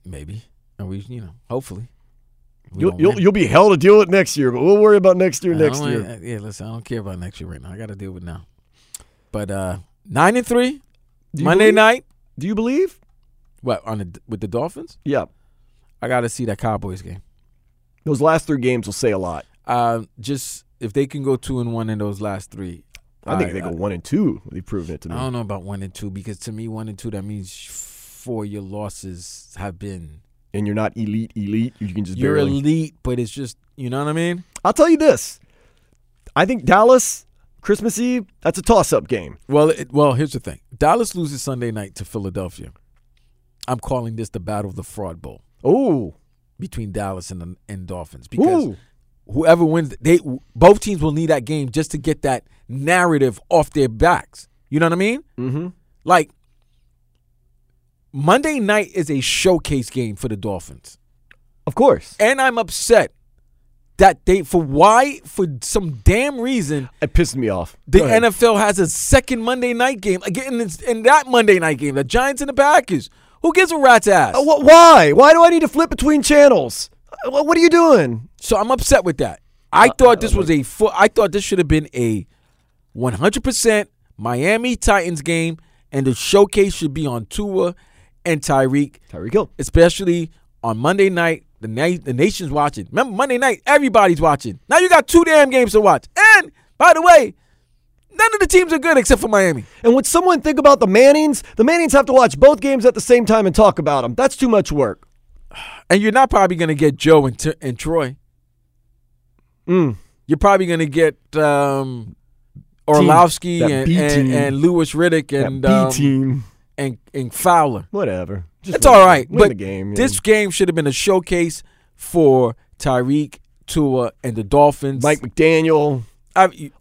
S6: Maybe, and we you know, hopefully, We
S5: You'll
S6: don't
S5: you'll,
S6: win.
S5: you'll be hell to deal with next year, but we'll worry about next year
S6: I
S5: next
S6: don't
S5: year.
S6: wanna- yeah, listen, I don't care about next year right now. I got to deal with now. But uh nine and three,
S5: Do you
S6: Monday
S5: believe-
S6: night.
S5: Do you believe?
S6: What on the with the Dolphins?
S5: Yeah,
S6: I got to see that Cowboys game.
S5: those last three games will say a lot.
S6: Uh, just if they can go two and one in those last three,
S5: I think
S6: I-
S5: they go
S6: I-
S5: one and two. They've proven it to me.
S6: I don't know about one and two because to me, one and two that means four your losses have been
S5: and you're not elite, elite. You can just
S6: you're
S5: barely.
S6: elite, but it's just you know what I mean.
S5: I'll tell you this. I think Dallas, Christmas Eve, that's a toss up game.
S6: Well, it, well, here's the thing: Dallas loses Sunday night to Philadelphia. I'm calling this the battle of the fraud bowl
S5: Oh,
S6: between Dallas and and Dolphins because
S5: Ooh.
S6: whoever wins, they both teams will need that game just to get that narrative off their backs. You know what I mean?
S5: Mm-hmm.
S6: Like Monday night is a showcase game for the Dolphins.
S5: Of course.
S6: and I'm upset that they for why for some damn reason
S5: It pissed me off.
S6: the
S5: Go ahead.
S6: NFL has a second Monday night game again. It's in that Monday night game, the Giants and the Packers. Who gives a rat's ass?
S5: Uh, wh- why? Why do I need to flip between channels? Uh, wh- What are you doing?
S6: So I'm upset with that. I
S5: Uh,
S6: thought this was a full, I thought this should have been a 100% Miami Titans game, and the showcase should be on Tua and Tyreek,
S5: Tyreek Hill.
S6: especially on Monday night. The, na- the nation's watching. Remember, Monday night, everybody's watching. Now you got two damn games to watch. And by the way, none of the teams are good except for Miami.
S5: And would someone think about the Mannings? The Mannings have to watch both games at the same time and talk about them. That's too much work.
S6: And you're not probably going to get Joe and, T- and Troy.
S5: Mm.
S6: you're probably going to get um,
S5: Team.
S6: Orlovsky
S5: That
S6: and,
S5: B
S6: and,
S5: team.
S6: and Lewis Riddick and
S5: B
S6: um,
S5: team.
S6: and and Fowler.
S5: Whatever. Just
S6: it's
S5: win
S6: all
S5: the-
S6: right.
S5: win
S6: but
S5: the game, yeah.
S6: this game should have been a showcase for Tyreek, Tua, and the Dolphins. Mike
S5: McDaniel,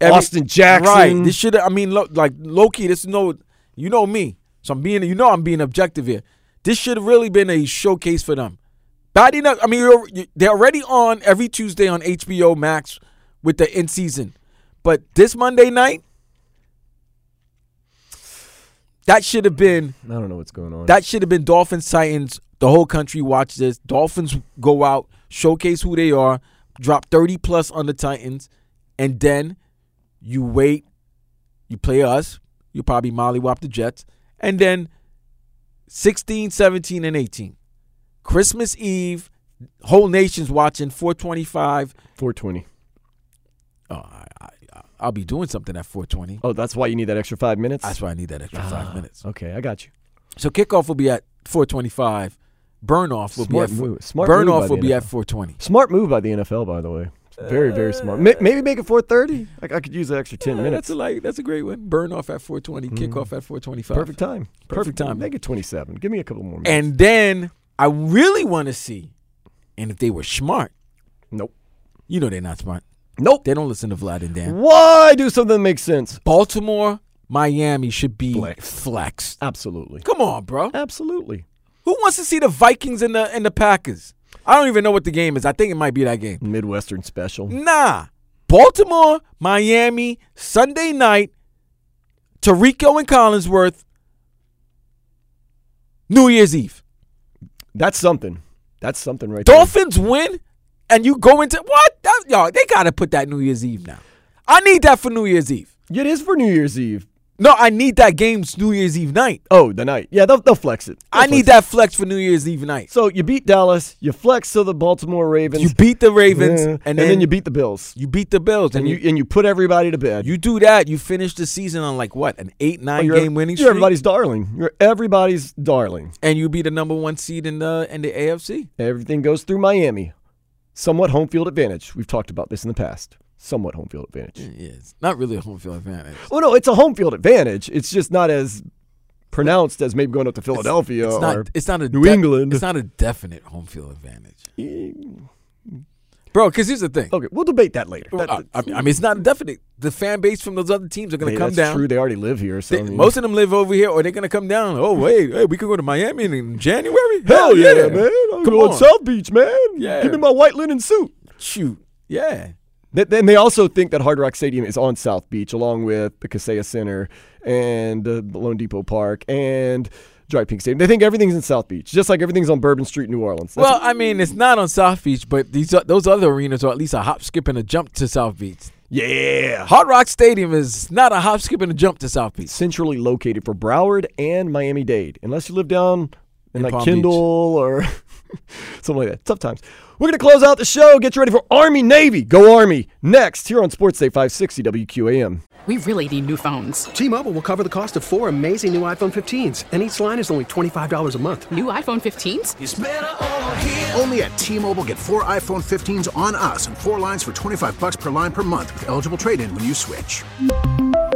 S6: Austin
S5: Jackson.
S6: Right. This should. I mean, look, like Loki. This no. You know me. So I'm being. You know I'm being objective here. This should have really been a showcase for them. Batting up. I mean, you're, you- they're already on every Tuesday on HBO Max with the in season, but this Monday night. That should have been.
S5: I don't know what's going on.
S6: That should have been Dolphins Titans. The whole country watch this. Dolphins go out, showcase who they are, drop 30 plus on the Titans, and then you wait, you play us, you probably mollywop the Jets, and then 16, 17, and 18. Christmas Eve, whole nation's watching 425.
S5: 420.
S6: Oh, I, I, I'll be doing something at 420.
S5: Oh, that's why you need that extra five minutes?
S6: That's why I need that extra
S5: Ah,
S6: five minutes.
S5: Okay, I got you.
S6: So kickoff will be at 425. Burn off will
S5: Smart
S6: be at four-
S5: move. Smart
S6: burn
S5: move by
S6: off will
S5: the
S6: be at
S5: NFL.
S6: 420.
S5: Smart move by the NFL, by the way. Very, very smart. Ma- Maybe make it 4:30. Like I could use an extra 10
S6: Uh, Yeah,
S5: minutes.
S6: That's a like that's a great one. Burn off at 420,
S5: Mhm.
S6: kickoff at 425.
S5: Perfect time.
S6: Perfect time.
S5: Make it 27. Give me a couple more minutes.
S6: And then I really want to see, and if they were smart.
S5: Nope.
S6: You know they're not smart.
S5: Nope.
S6: They don't listen to Vlad and Dan.
S5: Why do something that makes sense?
S6: Baltimore, Miami should be flexed.
S5: Absolutely.
S6: Come on, bro.
S5: Absolutely.
S6: Who wants to see the Vikings and the and the Packers? I don't even know what the game is. I think it might be that game.
S5: Midwestern special.
S6: Nah. Baltimore, Miami, Sunday night, Tarico and Collinsworth, New Year's Eve.
S5: That's something. That's something right there.
S6: Dolphins win, and you go into what? That, y'all, they gotta put that New Year's Eve now. I need that for New Year's Eve.
S5: It is for New Year's Eve.
S6: No, I need that game's New Year's Eve night.
S5: Oh, the night. Yeah, they'll, they'll flex it.
S6: I need that flex for New Year's Eve night.
S5: So you beat Dallas, you flex to the Baltimore Ravens.
S6: You beat the Ravens,
S5: Yeah.
S6: and,
S5: and
S6: then,
S5: you beat the Bills.
S6: you beat the Bills,
S5: and you and you put everybody to bed.
S6: you do that. You finish the season on like what an eight
S5: Oh,
S6: nine
S5: you're-
S6: game winning
S5: You're
S6: streak.
S5: everybody's darling. You're everybody's darling.
S6: and you be the number one seed in the in the AFC.
S5: Everything goes through Miami. Somewhat home field advantage. We've talked about this in the past. Somewhat home field advantage.
S6: Yeah, it's not really a home field advantage.
S5: Oh no, it's a home field advantage. It's just not as pronounced as maybe going up to Philadelphia
S6: It's
S5: or
S6: not. It's not a
S5: New
S6: de-
S5: England.
S6: It's not a definite home field advantage, bro. Because here's the thing. Uh,
S5: Okay, we'll debate that later. Oh, That-
S6: I, I mean, I mean, it's not definite. The fan base from those other teams are going
S5: Hey,
S6: to come
S5: that's
S6: down.
S5: true. They already live here, so
S6: They-
S5: I mean-
S6: most of them live over here, or they're going to come down. Oh wait, hey, we could go to Miami in January.
S5: Hell yeah, man! I'm
S6: Come
S5: going
S6: on.
S5: South Beach, man.
S6: Yeah.
S5: Give me my white linen suit.
S6: Shoot, yeah.
S5: Th- Then they also think that Hard Rock Stadium is on South Beach, along with the Kaseya Center and uh, the Lone Depot Park and Dry Pink Stadium. They think everything's in South Beach, just like everything's on Bourbon Street, New Orleans. That's-
S6: well, I mean, it's not on South Beach, but these o- those other arenas are at least a hop, skip, and a jump to South Beach.
S5: yeah,
S6: Hard Rock Stadium is not a hop, skip, and a jump to South Beach.
S5: centrally located for Broward and Miami Dade, unless you live down in,
S6: In
S5: like
S6: Palm Beach.
S5: Kendall or something like that. Tough times. We're gonna close out the show. Get you ready for Army Navy. Go Army next here on Sports Day 560 WQAM.
S11: We really need new phones.
S12: T-Mobile will cover the cost of four amazing new iPhone 15s, and each line is only $25 a month.
S11: New iPhone 15s?
S13: Only at T-Mobile get four iPhone 15s on us and four lines for 25 bucks per line per month with eligible trade-in when you switch.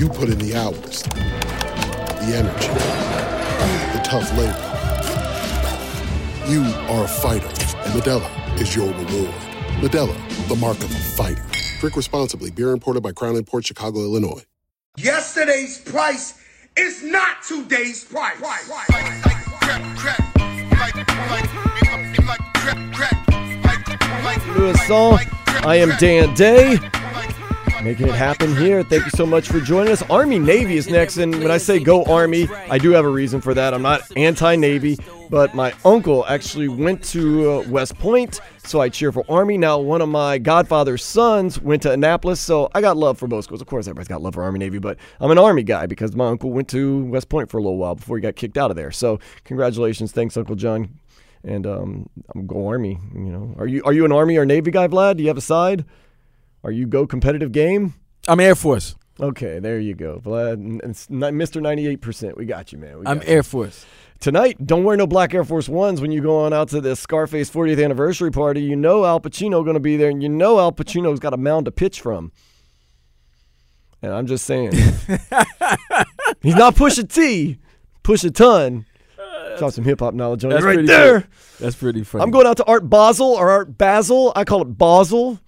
S14: You put in the hours, the energy, the tough labor. You are a fighter, and Medella is your reward. Medella, the mark of a fighter. Drink responsibly. Beer imported by Crown Port Chicago, Illinois.
S15: Yesterday's price is not today's price.
S5: Louison. I am Dan Day. Making it happen here. Thank you so much for joining us. Army Navy is next. And when I say go Army, I do have a reason for that. I'm not anti Navy, but my uncle actually went to uh, West Point, so I cheer for Army. Now, one of my godfather's sons went to Annapolis, so I got love for both schools. Of course, everybody's got love for Army Navy, but I'm an Army guy because my uncle went to West Point for a little while before he got kicked out of there. So, congratulations. Thanks, Uncle John. And um, I'm go Army. You know, are you are you an Army or Navy guy, Vlad? Do you have a side? Are you go competitive game?
S6: I'm Air Force.
S5: Okay, there you go, Vlad. It's not- Mr. 98%. We got you, man. We
S6: I'm
S5: got you.
S6: Air Force.
S5: Tonight, don't wear no black Air Force Ones when you go on out to this Scarface 40th anniversary party. You know Al Pacino going to be there, and you know Al Pacino's got a mound to pitch from. And I'm just saying, he's not push a T, push a ton. Drop some hip hop knowledge on you right
S6: pretty
S5: there.
S6: funny. That's pretty funny.
S5: I'm going out to Art Basel or Art Basel. I call it Basel.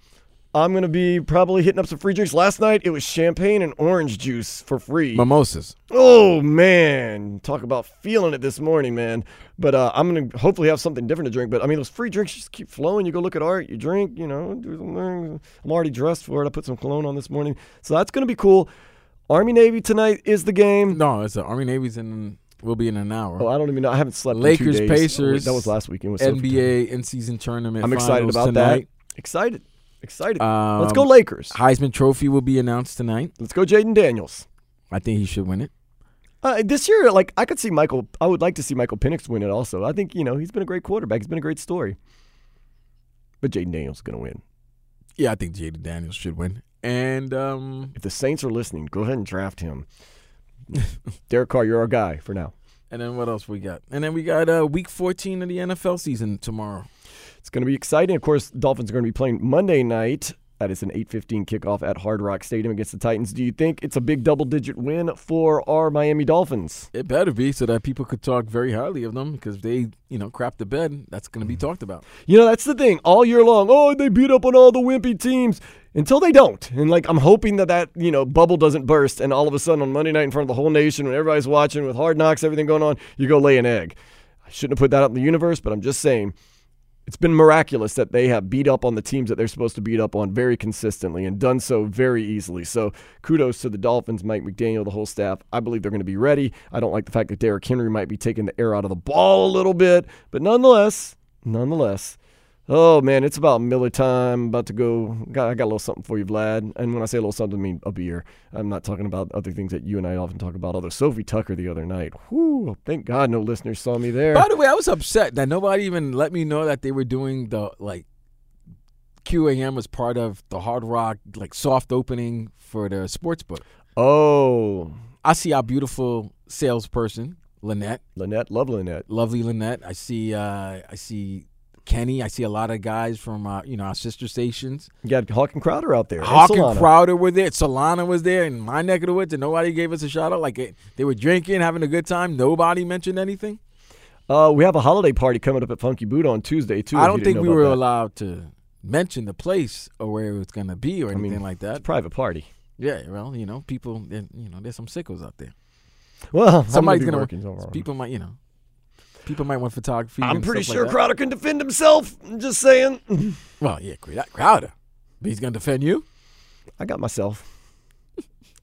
S5: I'm going to be probably hitting up some free drinks. Last night it was champagne and orange juice for free.
S6: Mimosas.
S5: Oh man, talk about feeling it this morning, man. But uh, I'm going to hopefully have something different to drink. But I mean, those free drinks just keep flowing. You go look at art, you drink, you know, do some things. I'm already dressed for it. I put some cologne on this morning. So that's going to be cool. Army Navy tonight is the game.
S6: No, it's the Army Navy's in. Will be in an hour.
S5: Oh, I don't even know. I haven't slept. in two
S6: Lakers,
S5: days.
S6: Pacers.
S5: That was last weekend. It was so
S6: NBA in season tournament.
S5: I'm excited
S6: finals
S5: about
S6: tonight.
S5: that. Excited. Excited.
S6: Um,
S5: Let's go Lakers.
S6: Heisman Trophy will be announced tonight.
S5: Let's go Jaden Daniels.
S6: I think he should win it.
S5: Uh, this year, like I could see Michael. I would like to see Michael Penix win it. Also, I think you know he's been a great quarterback. He's been a great story. But Jaden Daniels is going to win.
S6: Yeah, I think Jaden Daniels should win. And um,
S5: If the Saints are listening, go ahead and draft him. Derek Carr, you're our guy for now.
S6: and then what else we got? And then we got uh, week 14 of the NFL season tomorrow.
S5: It's going to be exciting. Of course, Dolphins are going to be playing Monday night. That is an 8:15 kickoff at Hard Rock Stadium against the Titans. Do you think it's a big double-digit win for our Miami Dolphins?
S6: It better be so that people could talk very highly of them because they, you know, crap the bed. That's going to be talked about.
S5: You know, that's the thing. All year long, oh, they beat up on all the wimpy teams until they don't. And like, I'm hoping that that you know bubble doesn't burst, and all of a sudden on Monday night in front of the whole nation, when everybody's watching with hard knocks, everything going on, you go lay an egg. I shouldn't have put that out in the universe, but I'm just saying. It's been miraculous that they have beat up on the teams that they're supposed to beat up on very consistently and done so very easily. So kudos to the Dolphins, Mike McDaniel, the whole staff. I believe they're going to be ready. I don't like the fact that Derrick Henry might be taking the air out of the ball a little bit, but nonetheless, nonetheless, oh man, it's about Miller time. About to go. Got, I got a little something for you, Vlad. And when I say a little something, I mean a beer. I'm not talking about other things that you and I often talk about. Although Sophie Tucker the other night, whoo, thank God no listeners saw me there.
S6: By the way, I was upset that nobody even let me know that they were doing the like QAM was part of the Hard Rock like soft opening for the sports book.
S5: oh,
S6: I see our beautiful salesperson Lynette,
S5: Lynette, love Lynette.
S6: lovely Lynette. I see, uh, I see Kenny. I see a lot of guys from uh, you know our sister stations.
S5: You got Hawk and Crowder out there. and
S6: Hawk and
S5: Solana.
S6: Crowder were there. Solana was there in my neck of the woods, and nobody gave us a shout out. Like it, they were drinking, having a good time. Nobody mentioned anything.
S5: Uh, we have a holiday party coming up at Funky Boot on Tuesday too.
S6: I
S5: if
S6: don't
S5: you didn't
S6: think
S5: know
S6: we
S5: about
S6: were
S5: that.
S6: allowed to mention the place or where it was going to be or
S5: I mean,
S6: anything like
S5: It's a
S6: that.
S5: private party.
S6: Yeah, well, you know, people, and, you know, there's some sickos out there.
S5: Well,
S6: Somebody's
S5: going to
S6: gonna people might, you know, people might want photography.
S5: I'm
S6: and
S5: pretty
S6: stuff
S5: sure
S6: like that.
S5: Crowder can defend himself. I'm just saying.
S6: Well, yeah, Cr- that Crowder, but he's going to defend you.
S5: I got myself.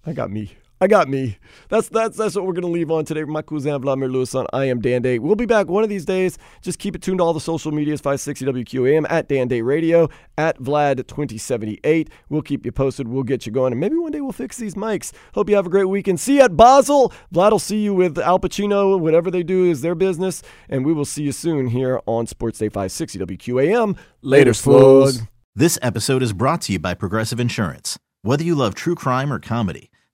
S5: I got me. I got me. That's that's that's what we're gonna leave on today. My cousin Vladimir Lewis on I am Dan Day. We'll be back one of these days. Just keep it tuned to all the social medias 560 WQAM at Dan Day Radio at Vlad 2078. We'll keep you posted. We'll get you going, and maybe one day we'll fix these mics. Hope you have a great weekend. See you at Basel. Vlad will see you with Al Pacino. Whatever they do is their business, and we will see you soon here on Sports Day 560 WQAM.
S7: Later,
S5: fools.
S7: This episode is brought to you by Progressive Insurance. Whether you love true crime or comedy,